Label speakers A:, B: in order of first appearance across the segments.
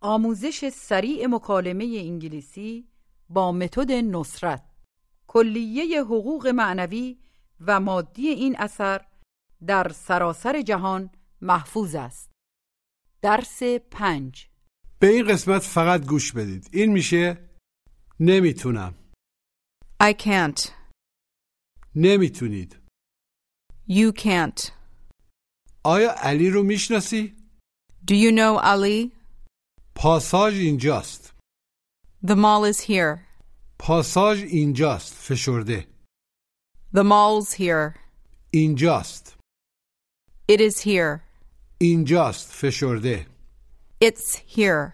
A: آموزش سریع مکالمه انگلیسی با متد نصرت کلیه حقوق معنوی و مادی این اثر در سراسر جهان محفوظ است درس پنج
B: به این قسمت فقط گوش بدید این میشه نمیتونم
C: I can't.
B: نمیتونید
C: You can't.
B: آیا علی رو میشناسی؟
C: Do you know Ali?
B: پاساژ اینجاست
C: The mall is here.
B: پاساژ اینجاست فشرده
C: The mall's here.
B: اینجاست
C: It is here.
B: اینجاست فشرده
C: It's here.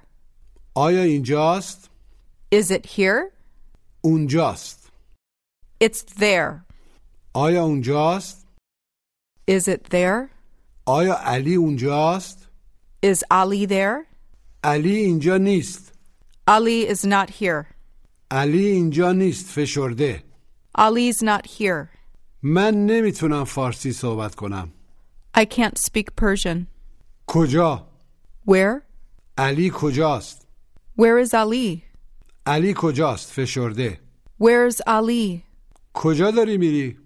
B: آیا اینجاست؟
C: Is it here?
B: اونجاست
C: It's there.
B: آیا اونجاست؟
C: Is it there?
B: آیا علی اونجاست؟
C: Is Ali there?
B: علی اینجا نیست
C: Ali is not here.
B: علی اینجا نیست فشرده
C: Ali's not here.
B: من نمیتونم فارسی صحبت کنم
C: I can't speak Persian.
B: کجا؟
C: Where?
B: علی کجاست؟
C: Where is Ali?
B: علی کجاست فشرده
C: Where's Ali?
B: کجا داری میری؟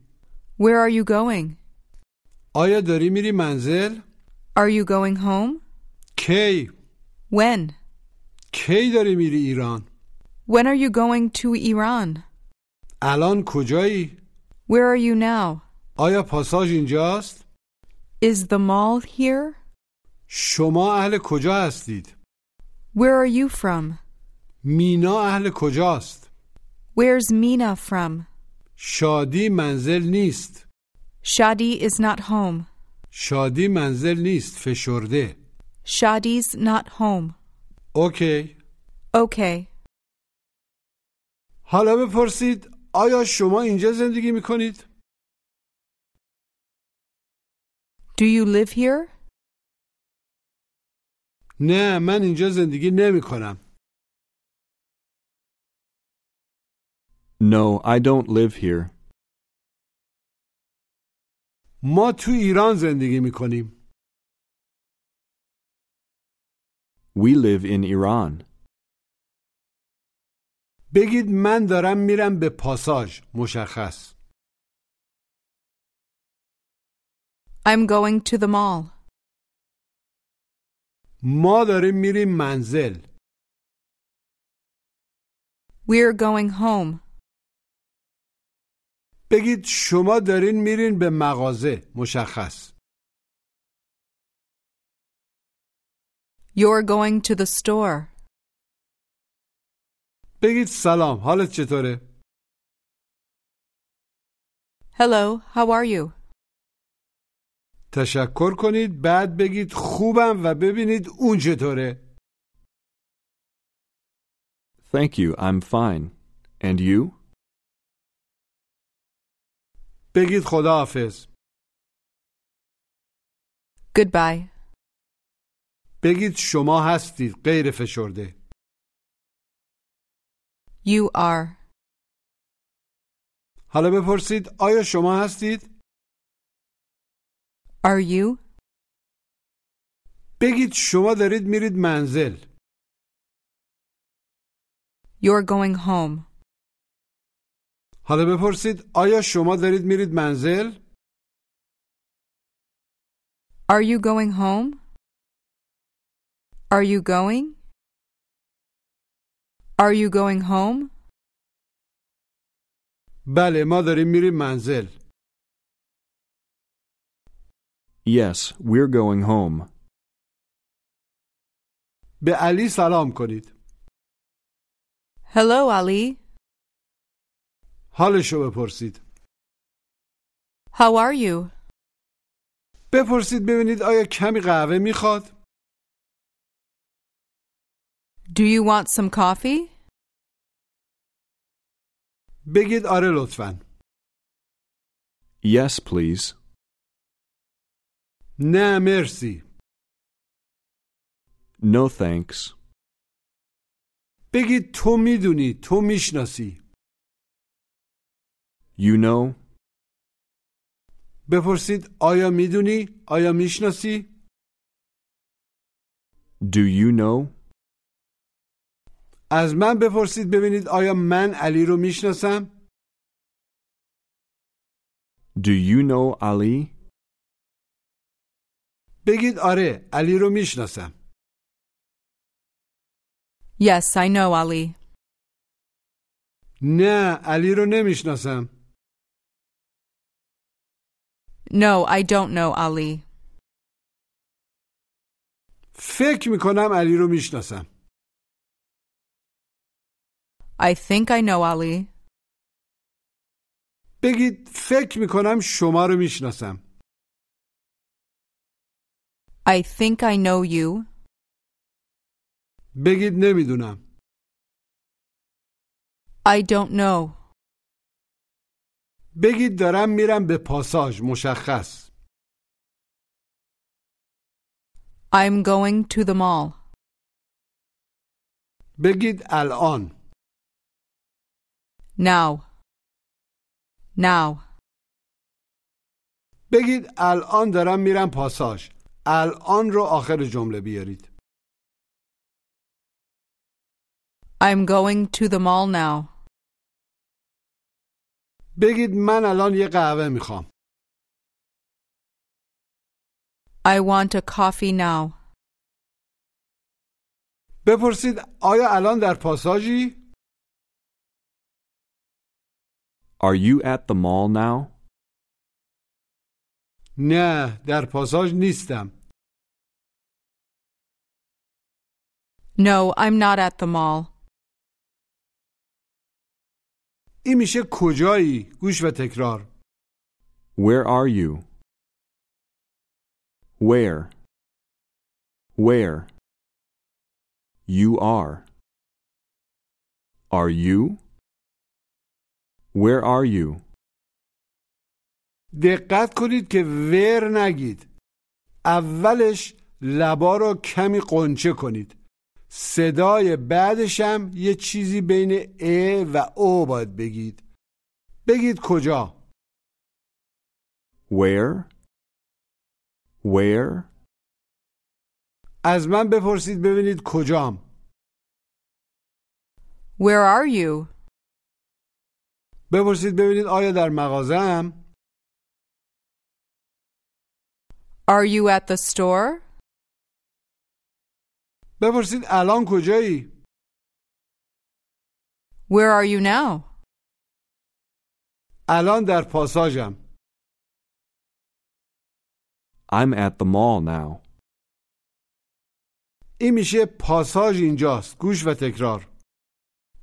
C: Where are you going?
B: آیا داری میری منزل؟
C: Are you going home?
B: کی؟
C: When?
B: کی داری میری ایران؟
C: When are you going to Iran?
B: الان کجایی؟
C: Where are you now?
B: آیا پاساژ اینجاست؟
C: Is the mall here?
B: شما اهل کجا هستید؟
C: Where are you from?
B: مینا اهل کجاست؟
C: Where's Mina from?
B: شادی منزل نیست
C: Shadi is not home.
B: شادی منزل نیست فشرده
C: Shadi's not home.
B: اوکی
C: Okay.
B: حالا بپرسید آیا شما اینجا زندگی میکنید؟
C: Do you live here?
B: نه من اینجا زندگی نمی کنم
D: No, I don't live here.
B: ما تو ایران زندگی می کنیم
D: We live in Iran.
B: بگید من دارم میرم به پاساژ مشخص
C: I'm going to the mall.
B: ما داریم میریم منزل
C: We're going home.
B: بگید شما دارین میرین به مغازه مشخص
C: You're going to the store.
B: بگید سلام حالت چطوره؟
C: Hello, how are you?
B: تشکر کنید بعد بگید خوبم و ببینید اون چطوره
D: Thank you, I'm fine. And you?
B: بگید خداحافظ
C: Goodbye.
B: بگید شما هستید غیر فشرده
C: You are.
B: حالا بپرسید آیا شما هستید؟
C: Are you?
B: بگید شما دارید میرید منزل
C: You're going home.
B: حالا بپرسید آیا شما دارید میرید منزل؟
C: Are you going home? Are you going? Are you going home?
B: بله ما داریم میریم منزل
D: Yes, we're going home.
B: به علی سلام کنید
C: Hello, Ali.
B: حالشو بپرسید
C: How are you?
B: بپرسید ببینید آیا کمی قهوه میخواد؟
C: Do you want some coffee?
B: بگید آره لطفا
D: Yes, please.
B: نه مرسی
D: No, thanks.
B: بگید تو میدونی تو میشناسی
D: You know?
B: بپرسید آیا میدونی آیا میشناسی
D: Do you know?
B: از من بپرسید ببینید آیا من علی رو میشناسم؟
D: Do you know Ali?
B: بگید آره علی رو میشناسم.
C: Yes, I know Ali.
B: نه علی رو نمیشناسم.
C: No, I don't know Ali.
B: فکر میکنم علی رو میشناسم.
C: I think I know Ali.
B: بگید فکر میکنم شما رو میشناسم.
C: I think I know you.
B: بگید نمیدونم.
C: I don't know.
B: بگید دارم میرم به پاساژ مشخص.
C: I'm going to the mall.
B: بگید الان.
C: Now. Now.
B: بگید الان دارم میرم پاساژ. الان رو آخر جمله بیارید.
C: I'm going to the mall now.
B: بگید من الان یه قهوه میخوام.
C: I want a coffee now.
B: بپرسید آیا الان در پاساژی؟
D: Are you at the mall now?
B: نه در پاساژ نیستم.
C: No, I'm not at the mall.
B: این میشه کجایی؟ گوش و تکرار.
D: Where are you? Where? Where? You are. Are you? Where are you?
B: دقت کنید که ور نگید. اولش لبا رو کمی قنچه کنید. صدای بعدش هم یه چیزی بین ا و او باید بگید. بگید کجا؟
D: Where? Where?
B: از من بپرسید ببینید کجام.
C: Where are you?
B: بپرسید ببینید آیا در مغازم؟
C: Are you at the store?
B: بپرسید الان کجایی؟
C: Where are you now?
B: الان در پاساژم.
D: I'm at the mall now.
B: این میشه پاساژ اینجاست. گوش و تکرار.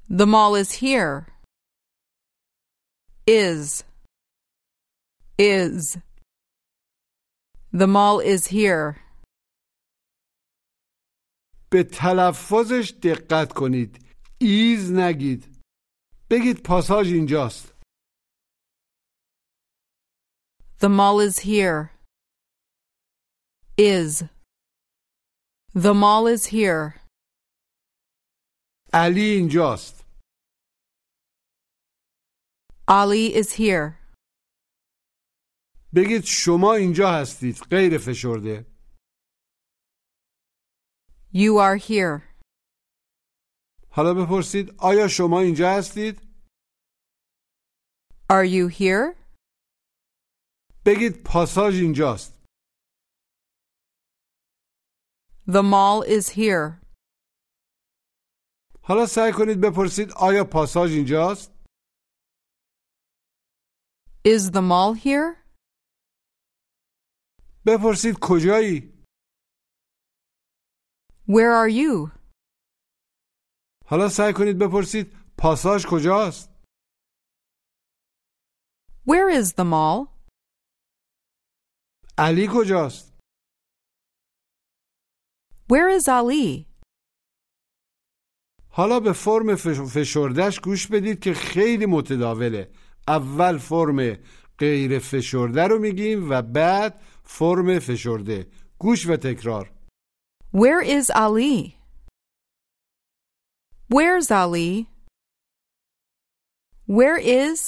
C: The mall is here. Is. Is. The mall is here.
B: به تلفظش دقت کنید. ایز نگید. بگید پاساژ اینجاست.
C: The mall is here. Is. The mall is here.
B: علی اینجاست.
C: Ali is here.
B: بگید شما اینجا هستید. غیر فشرده.
C: You are here.
B: حالا بپرسید آیا شما اینجا هستید؟
C: Are you here?
B: بگید پاساژ اینجاست.
C: The mall is here.
B: حالا سعی کنید بپرسید آیا پاساژ اینجاست؟
C: Is the mall here?
B: بپرسید کجایی؟
C: Where are you?
B: حالا سعی کنید بپرسید پاساژ کجاست؟
C: Where is the mall?
B: علی کجاست؟
C: Where is Ali?
B: حالا به فرم فش- فشردهش گوش بدید که خیلی متداوله اول فرم غیر فشرده رو میگیم و بعد فرم فشرده گوش و تکرار
C: Where is Ali? Where's Ali? Where is?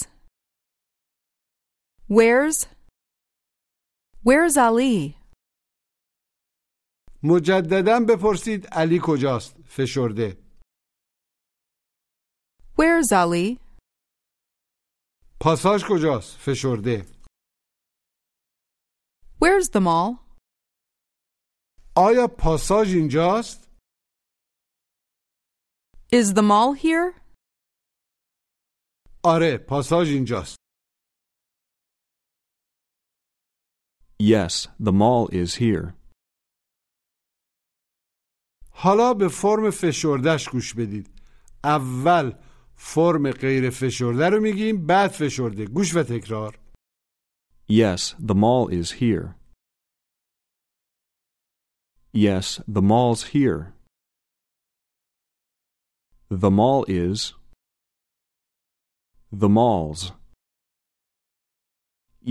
C: Where's? Where's Ali?
B: مجددا بپرسید علی کجاست فشرده
C: Where's Ali?
B: پاساژ کجاست؟ فشرده
C: Where's the mall?
B: آیا پاساژ اینجاست؟
C: Is the mall here?
B: آره پاساژ اینجاست
D: Yes, the mall is here.
B: حالا به فرم فشردهش گوش بدید اول فرم غیر فشرده رو میگیم بعد فشرده گوش و تکرار
D: Yes, the mall is here. Yes, the mall's here. The mall is. The mall's.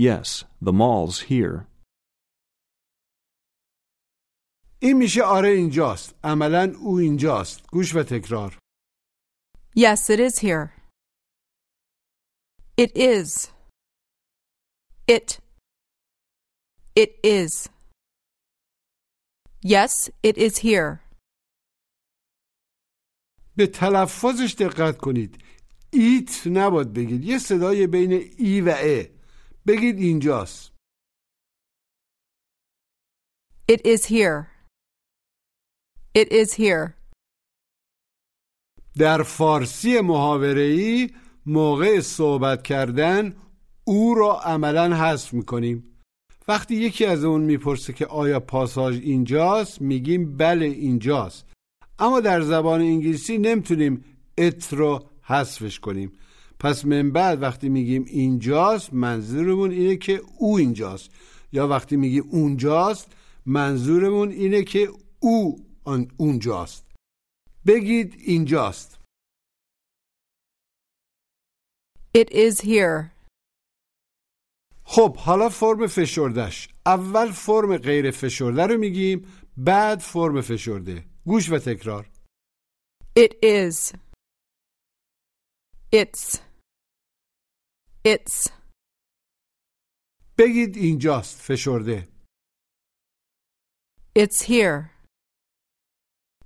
D: Yes, the mall's here.
B: این میشه آره اینجاست عملا او اینجاست گوش و تکرار
C: Yes, it is here. It is. It. It is. Yes, it is here.
B: به تلفظش دقت کنید ایت نباد بگید یه صدای بین ای و ا بگید اینجاست
C: It is here. It is here.
B: در فارسی محاوره‌ای موقع صحبت کردن او را عملا حذف میکنیم وقتی یکی از اون میپرسه که آیا پاساژ اینجاست میگیم بله اینجاست اما در زبان انگلیسی نمیتونیم ات رو حذفش کنیم پس من بعد وقتی میگیم اینجاست منظورمون اینه که او اینجاست یا وقتی میگیم اونجاست منظورمون اینه که او آن- اونجاست بگید اینجاست
C: It is here.
B: خب حالا فرم فشردش اول فرم غیر فشرده رو میگیم بعد فرم فشرده گوش و تکرار
C: It is. It's. It's.
B: بگید اینجاست فشرده
C: It's here.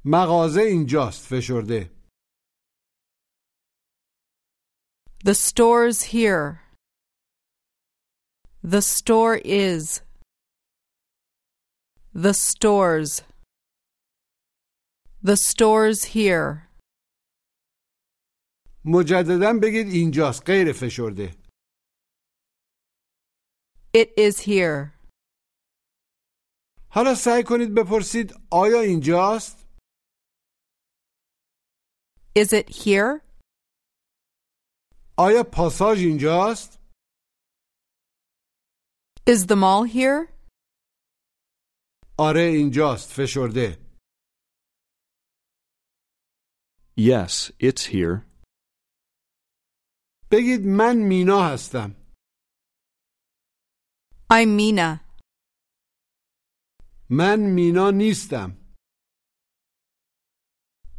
B: مغازه اینجاست فشرده
C: The store's here. The store is. The stores. The store's here.
B: مجددا بگید اینجاست غیر فشرده
C: It is here.
B: حالا سعی کنید بپرسید آیا اینجاست
C: Is it here?
B: آیا پاساژ اینجاست
C: Is the mall here?
B: آره اینجاست فشرده
D: Yes, it's here.
B: بگید من مینا هستم
C: I'm Mina.
B: من مینا نیستم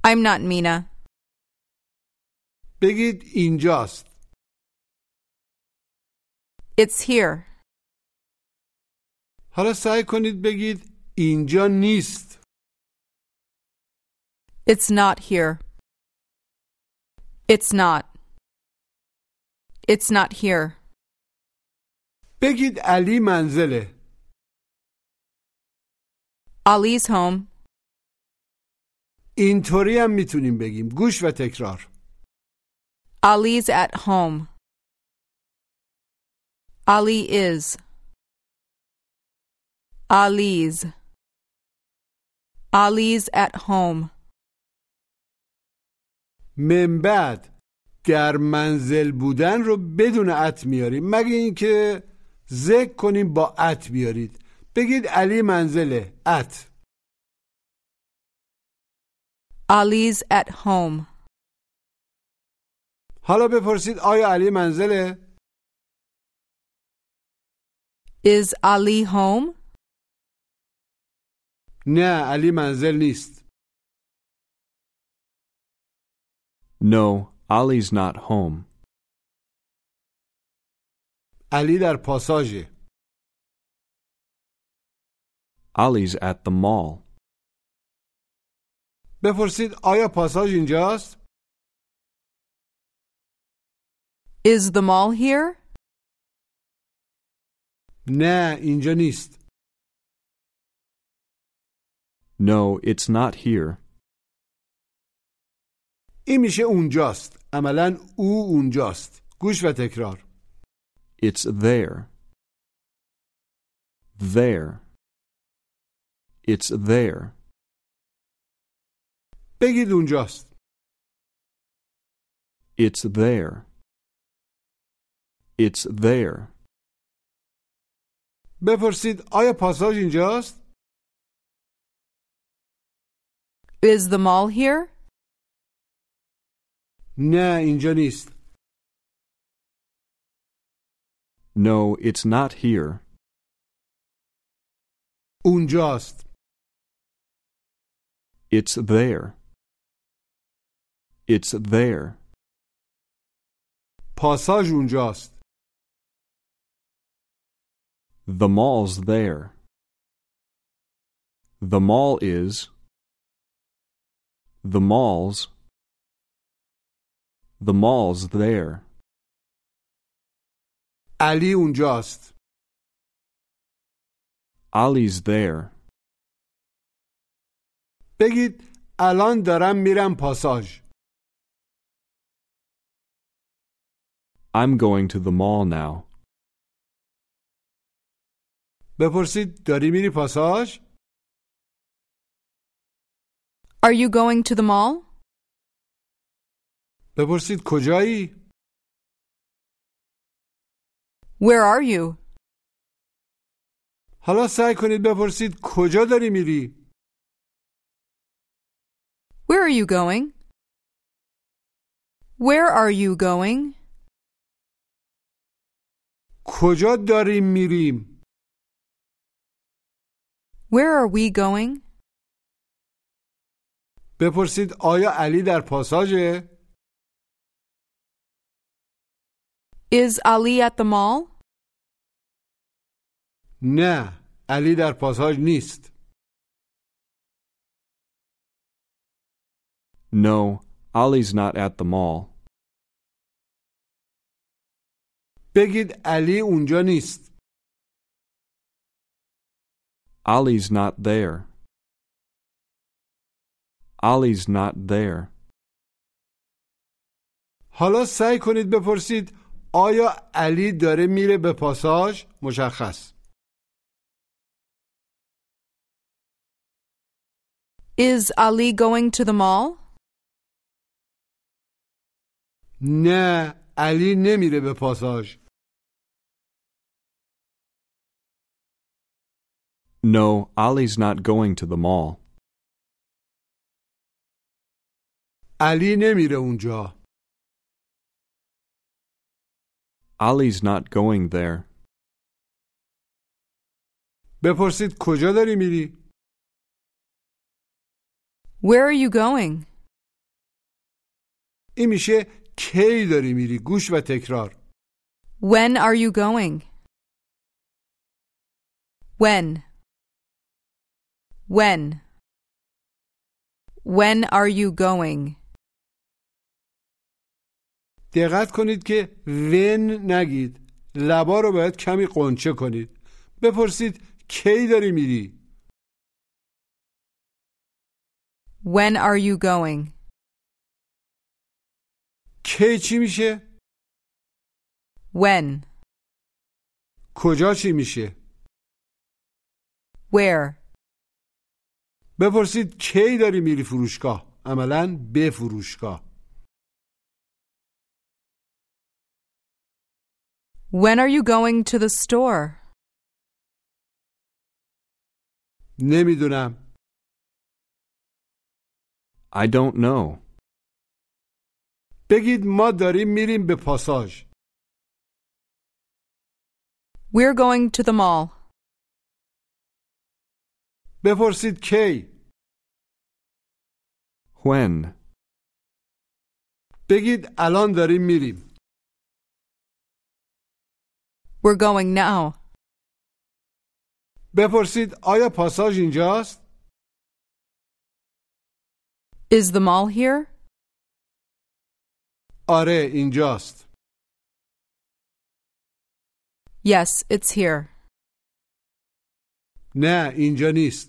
C: I'm not Mina.
B: بگید اینجاست
C: It's here.
B: حالا سعی کنید بگید اینجا نیست
C: It's not here. It's not. It's not here.
B: بگید علی منزله
C: Ali's home.
B: اینطوری هم میتونیم بگیم گوش و تکرار
C: Ali's at home. Ali is. Ali's. Ali's at home.
B: من بعد در منزل بودن رو بدون ات میاریم مگه اینکه ذکر کنیم با ات بیارید بگید علی منزله ات
C: Ali's at home.
B: حالا بپرسید آیا علی منزله
C: Is Ali home?
B: نه علی منزل نیست
D: No, Ali's not home.
B: علی در پاساژه
D: Ali's at the mall.
B: بپرسید آیا پاساژ اینجاست
C: Is the mall here?
B: نه اینجا نیست
D: No, it's not here.
B: این میشه اونجاست عملا او اونجاست گوش و تکرار
D: It's there. There. It's there.
B: بگید اونجاست
D: It's there. It's there.
B: بپرسید آیا پاساژ اینجاست
C: Is the mall here?
B: نه اینجا نیست
D: No, it's not here.
B: اونجاست
D: It's there. It's there.
B: پاساژ اونجاست
D: The mall's there. The mall is. The mall's. The mall's there.
B: علی اونجاست
D: Ali's there.
B: بگید الان دارم میرم پاساژ
D: I'm going to the mall now.
B: بپرسید داری میری پاساژ
C: Are you going to the mall?
B: بپرسید کجایی
C: Where are you?
B: حالا سعی کنید بپرسید کجا داری میری
C: Where are you going? Where are you going?
B: کجا داریم میریم
C: Where are we going?
B: بپرسید آیا علی در پاساژه
C: Is Ali at the mall?
B: نه علی در پاساژ نیست
D: No, Ali's not at the mall.
B: بگید علی اونجا نیست
D: Ali's not there. Ali's not there.
B: حالا سعی کنید بپرسید آیا علی داره میره به پاساژ مشخص
C: Is Ali going to the mall?
B: نه علی نمیره به پاساژ
D: No, Ali's not going to the mall.
B: علی نمیره اونجا
D: Ali's not going there.
B: بپرسید کجا داری میری
C: Where are you going?
B: این میشه کی داری میری گوش و تکرار
C: When are you going? When? When? When are you going?
B: دقت کنید که ون نگید لبا رو باید کمی قنچه کنید بپرسید کی داری میری
C: When are you going?
B: کی چی میشه
C: When?
B: کجا چی میشه
C: Where?
B: بپرسید کی داری میری فروشگاه عملا به فروشگاه
C: When are you going to the store?
B: نمیدونم
D: I don't know.
B: بگید ما داریم میریم به پاساژ
C: We're going to the mall.
B: بپرسید کی
D: When?
B: بگید الان داریم میریم
C: We're going now.
B: بپرسید آیا پاساژ اینجاست
C: Is the mall here?
B: آره اینجاست
C: Yes, it's here.
B: نه اینجا نیست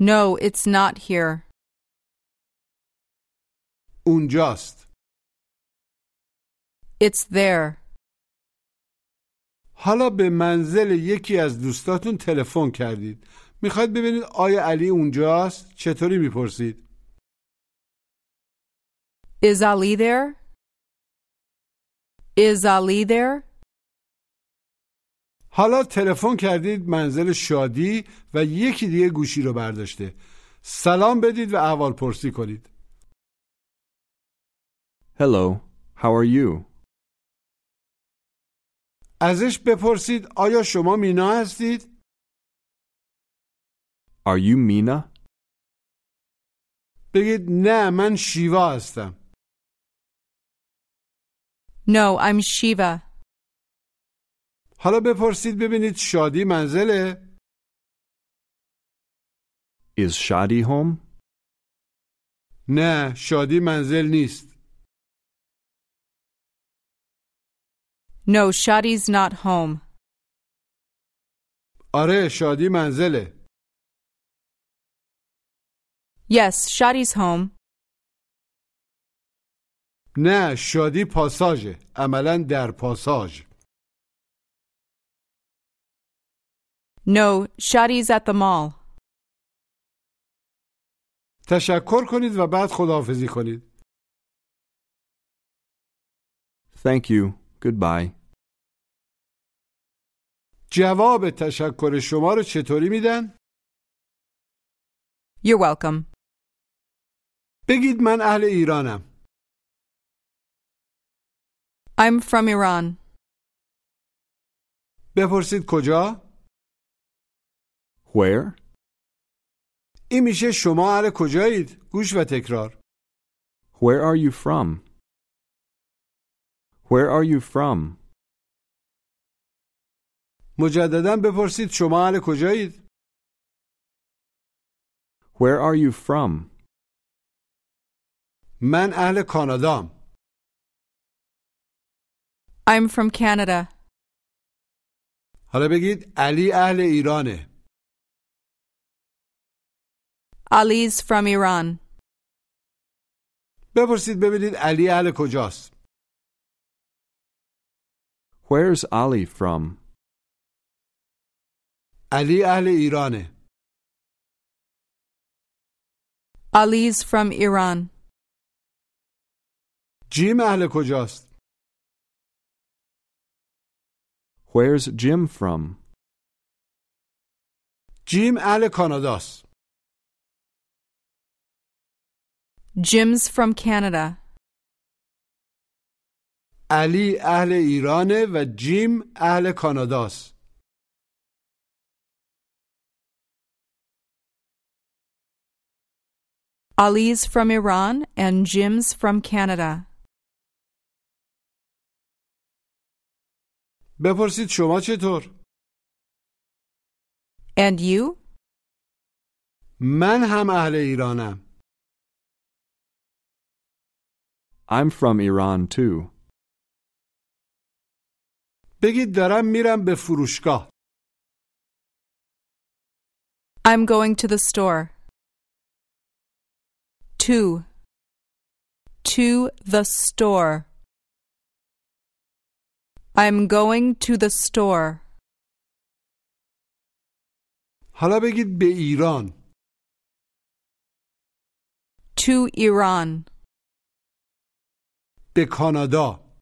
C: No, it's not here.
B: اونجاست
C: It's there.
B: حالا به منزل یکی از دوستاتون تلفن کردید میخواید ببینید آیا علی اونجاست چطوری میپرسید
C: Is Ali there? Is Ali there?
B: حالا تلفن کردید منزل شادی و یکی دیگه گوشی رو برداشته سلام بدید و احوال پرسی کنید
D: Hello, how are you?
B: ازش بپرسید آیا شما مینا هستید
D: Are you Mina?
B: بگید نه من شیوا هستم
C: No, I'm Shiva.
B: حالا بپرسید ببینید شادی منزله
D: Is Shadi home?
B: نه شادی منزل نیست
C: No, Shadi's not home.
B: آره شادی منزله
C: Yes, Shadi's home.
B: نه شادی پاساژه عملا در پاساژ
C: No, Shadi's at the mall.
B: تشکر کنید و بعد خداحافظی کنید
D: Thank you. Goodbye.
B: جواب تشکر شما رو چطوری میدن؟
C: You're welcome.
B: بگید من اهل ایرانم
C: I'm from Iran.
B: بپرسید کجا؟
D: Where?
B: این میشه شما اهل کجایید؟ گوش و تکرار
D: Where are you from? Where are you from?
B: مجددا بپرسید شما اهل کجایید؟
D: Where are you from?
B: من اهل کانادام
C: I'm from Canada.
B: حالا بگید علی اهل ایرانه
C: Ali's from Iran.
B: بپرسید ببینید علی اهل کجاست؟
D: Where's Ali from?
B: علی اهل ایرانه
C: Ali's from Iran.
B: جیم اهل کجاست؟
D: Where's Jim from?
B: جیم اهل کاناداست
C: Jim's from Canada.
B: علی اهل ایرانه و جیم اهل کاناداست.
C: Ali's from Iran and Jim's from Canada.
B: بپرسید شما چطور؟
C: And you?
B: من هم اهل ایرانم.
D: I'm from Iran too.
B: بگید دارم میرم به فروشگاه.
C: I'm going to the store. To. To the store. I'm going to the store.
B: حالا بگید به ایران.
C: To Iran.
B: به کانادا.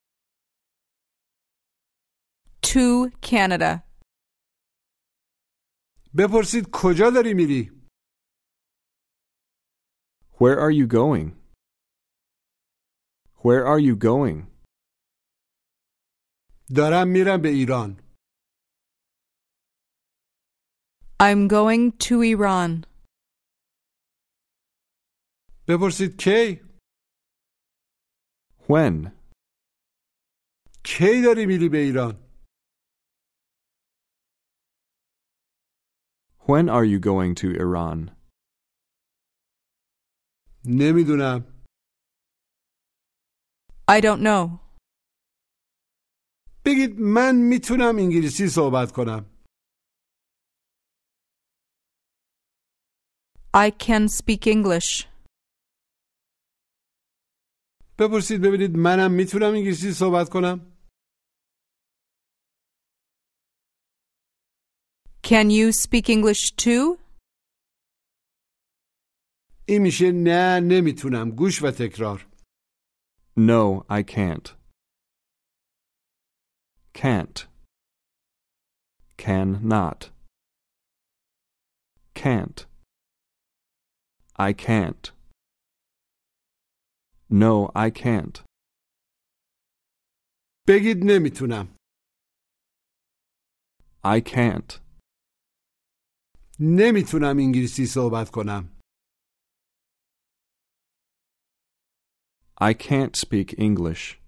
C: To Canada.
B: بپرسید کجا داری میری؟
D: Where are you going? Where are you going?
B: دارم میرم به ایران.
C: I'm going to Iran.
B: بپرسید کی؟
D: When?
B: کی داری میری به ایران؟
D: When are you going to Iran?
B: نمیدونم.
C: I don't know.
B: بگید من میتونم انگلیسی صحبت کنم
C: I can speak English.
B: بپرسید ببینید منم میتونم انگلیسی صحبت کنم
C: Can you speak English too?
B: این میشه نه نمیتونم گوش و تکرار
D: No, I can't. Can't. Can not. Can't. I can't. No, I can't.
B: بگید نمیتونم
D: I can't.
B: نمیتونم انگلیسی صحبت کنم
D: I can't speak English.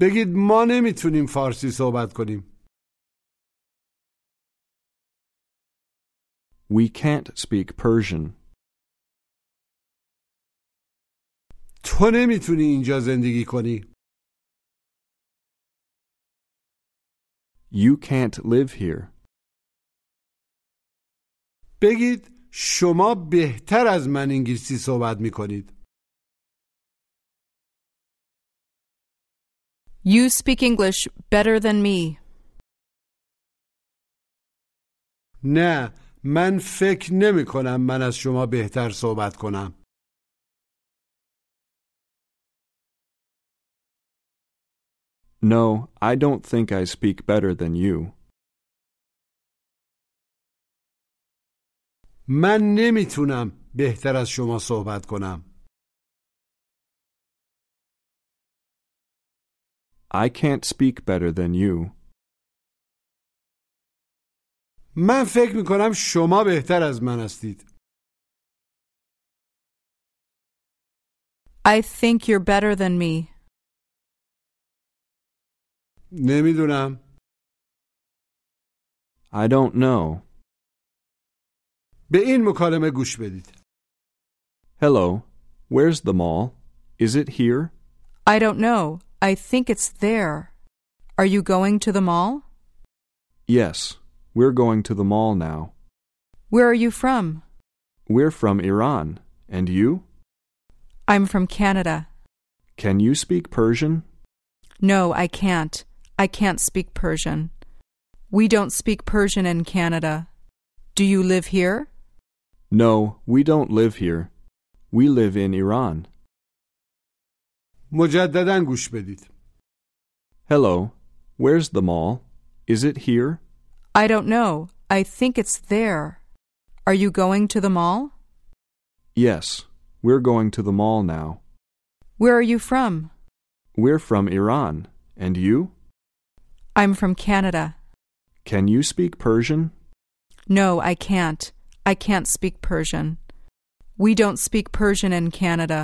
B: بگید ما نمیتونیم فارسی صحبت کنیم
D: We can't speak Persian.
B: تو نمیتونی اینجا زندگی کنی
D: You can't live here.
B: بگید شما بهتر از من انگلیسی صحبت میکنید
C: You speak English better than me.
B: نه من فکر نمی کنم من از شما بهتر صحبت کنم
D: No, I don't think I speak better than you.
B: من نمیتونم بهتر از شما صحبت کنم
D: I can't speak better than you.
B: من فکر میکنم شما بهتر از من هستید
C: I think you're better than me.
B: نمیدونم
D: I don't know.
B: به این مکالمه گوش بدید
D: Hello. Where's the mall? Is it here?
C: I don't know. I think it's there. Are you going to the mall?
D: Yes. We're going to the mall now.
C: Where are you from?
D: We're from Iran. And you?
C: I'm from Canada.
D: Can you speak Persian?
C: No, I can't. I can't speak Persian. We don't speak Persian in Canada. Do you live here?
D: No, we don't live here. We live in Iran.
B: مجددا گوش بدید
D: Hello. Where's the mall? Is it here?
C: I don't know. I think it's there. Are you going to the mall?
D: Yes. We're going to the mall now.
C: Where are you from?
D: We're from Iran. And you?
C: I'm from Canada.
D: Can you speak Persian?
C: No, I can't. I can't speak Persian. We don't speak Persian in Canada.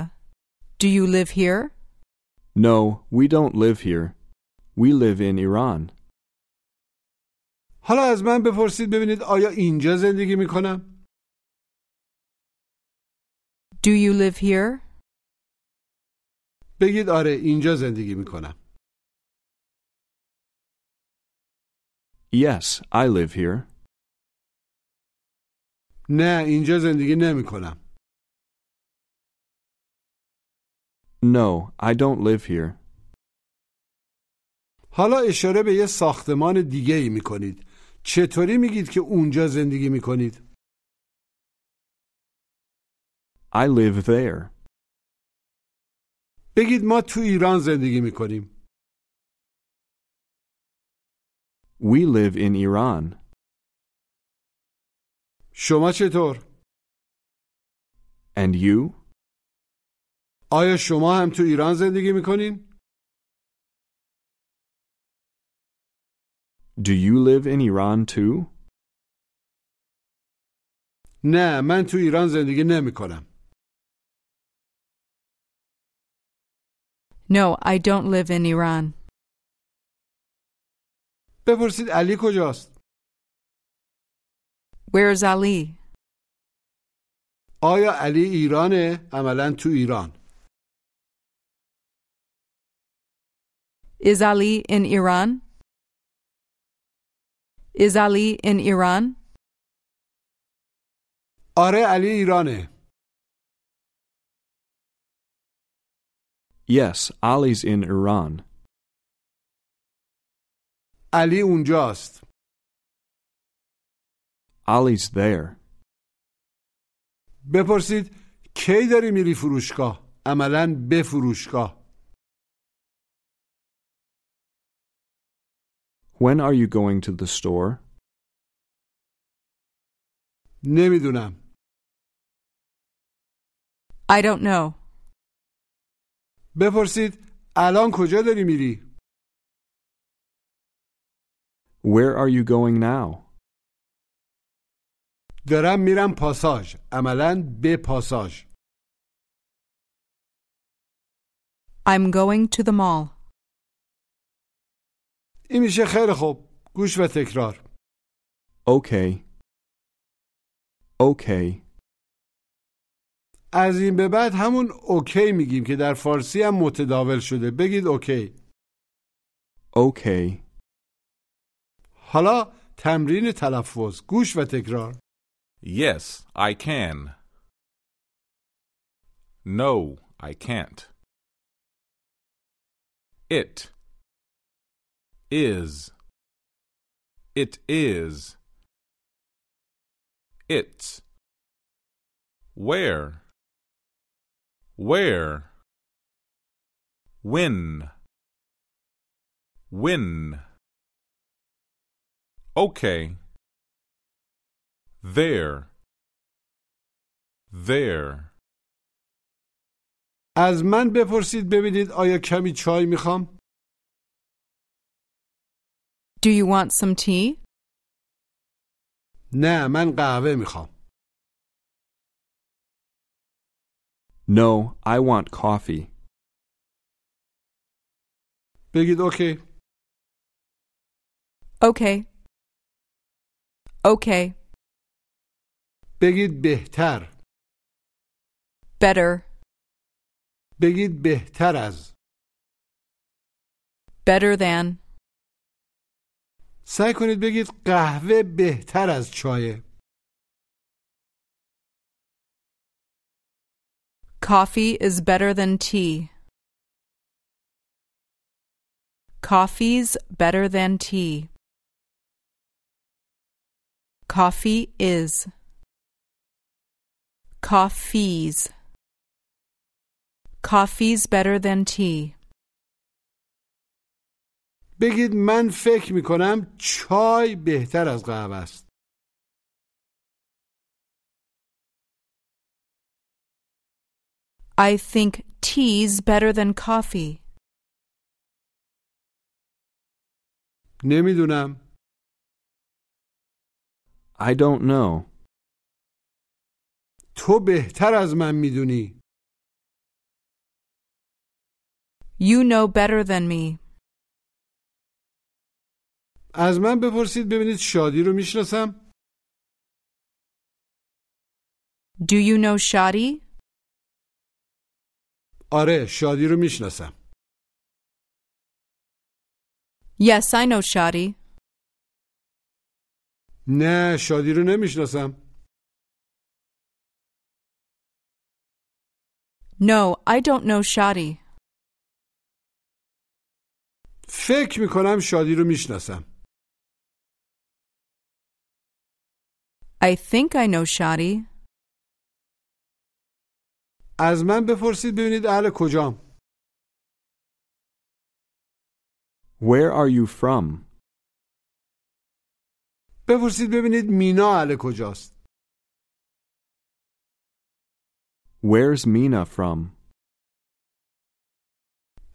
C: Do you live here?
D: No, we don't live here. We live in Iran.
B: حالا از من بپرسید ببینید آیا اینجا زندگی میکنم
C: Do you live here?
B: بگید آره اینجا زندگی میکنم
D: Yes, I live here.
B: نه اینجا زندگی نمیکنم
D: No, I don't live here.
B: حالا اشاره به یه ساختمان دیگه ای میکنید چطوری میگید که اونجا زندگی میکنید
D: I live there.
B: بگید ما تو ایران زندگی میکنیم
D: We live in Iran.
B: شما چطور
D: And you?
B: آیا شما هم تو ایران زندگی میکنین
D: Do you live in Iran too?
B: نه من تو ایران زندگی نمیکنم
C: No, I don't live in Iran.
B: بپرسید علی کجاست
C: Where's Ali?
B: آیا علی ایرانه عملا تو ایران
C: Is Ali in Iran? Is Ali in Iran?
B: آره علی ایرانه
D: Yes, Ali's in Iran.
B: علی اونجاست
D: Ali's there.
B: بپرسید کی داری میری فروشگاه عملا به فروشگاه
D: When are you going to the store?
B: نمیدونم
C: I don't know.
B: بپرسید الان کجا داری میری
D: Where are you going now?
B: دارم میرم پاساژ عملا به پاساژ
C: I'm going to the mall.
B: این میشه خیلی خوب گوش و تکرار
D: Okay. Okay.
B: از این به بعد همون اوکی میگیم که در فارسی هم متداول شده بگید اوکی
D: Okay.
B: حالا تمرین تلفظ گوش و تکرار
E: Yes, I can. No, I can't. It is. It is. It's. Where? Where? When? When? Okay. There. There.
B: از من بپرسید ببینید آیا کمی چای میخوام
C: Do you want some tea?
B: نه من قهوه میخوام
D: No, I want coffee.
B: بگید اوکی
C: Okay. Okay.
B: بگید بهتر
C: Better.
B: بگید بهتر از
C: Better than.
B: سعی کنید بگید قهوه بهتر از چایه
C: Coffee is better than tea. Coffee's better than tea. Coffee is. Coffee's. Coffee's better than tea.
B: بگید من فکر میکنم چای بهتر از قهوه است
C: I think tea's better than coffee.
B: نمیدونم
D: I don't know.
B: تو بهتر از من میدونی
C: You know better than me.
B: از من بپرسید ببینید شادی رو میشناسم
C: Do you know Shadi?
B: آره شادی رو میشناسم
C: Yes, I know Shadi.
B: نه شادی رو نمیشناسم
C: No, I don't know Shadi.
B: فکر میکنم شادی رو میشناسم
C: I think I know Shadi.
B: از من بپرسید ببینید اهل کجام
D: Where are you from?
B: بپرسید ببینید مینا اهل کجاست
D: Where's Mina from?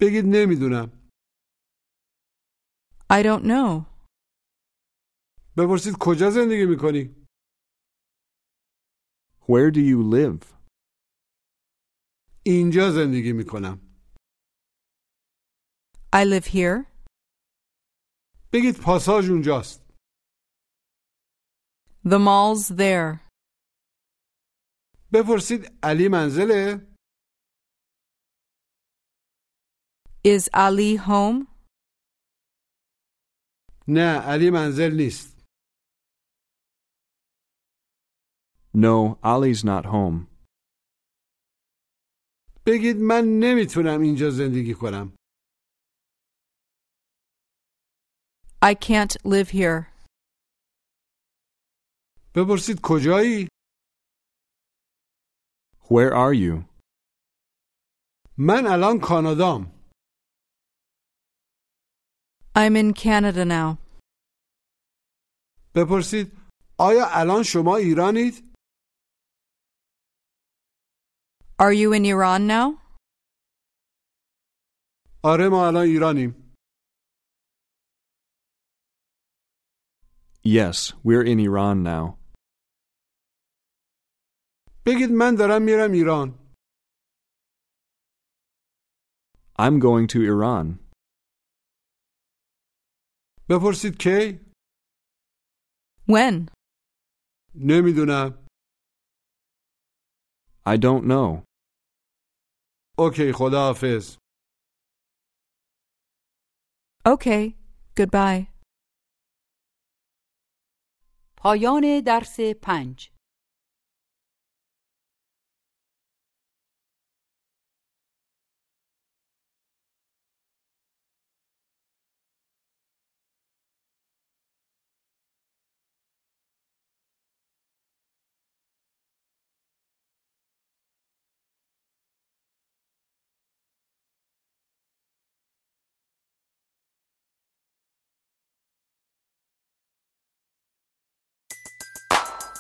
B: بگید نمیدونم
C: I don't know.
B: بپرسید کجا زندگی میکنی
D: Where do you live?
B: اینجا زندگی میکنم
C: I live here.
B: بگید پاساژ اونجاست
C: The mall's there.
B: بپرسید علی منزله
C: Is Ali home?
B: نه علی منزل نیست
D: No, Ali's not home.
B: بگید من نمیتونم اینجا زندگی کنم
C: I can't live here.
B: بپرسید کجایی
D: Where are you?
B: من الان کانادام
C: I'm in Canada now.
B: بپرسید آیا الان شما ایرانید
C: Are you in Iran now?
B: آره ما الان ایرانیم
D: Yes, we're in Iran now.
B: بگید من دارم میرم ایران
D: I'm going to Iran.
B: بپرسید کی
C: When?
B: نمیدونم
D: I don't know.
B: اوکی خداحافظ
C: Okay. Goodbye.
A: پایان درس پنج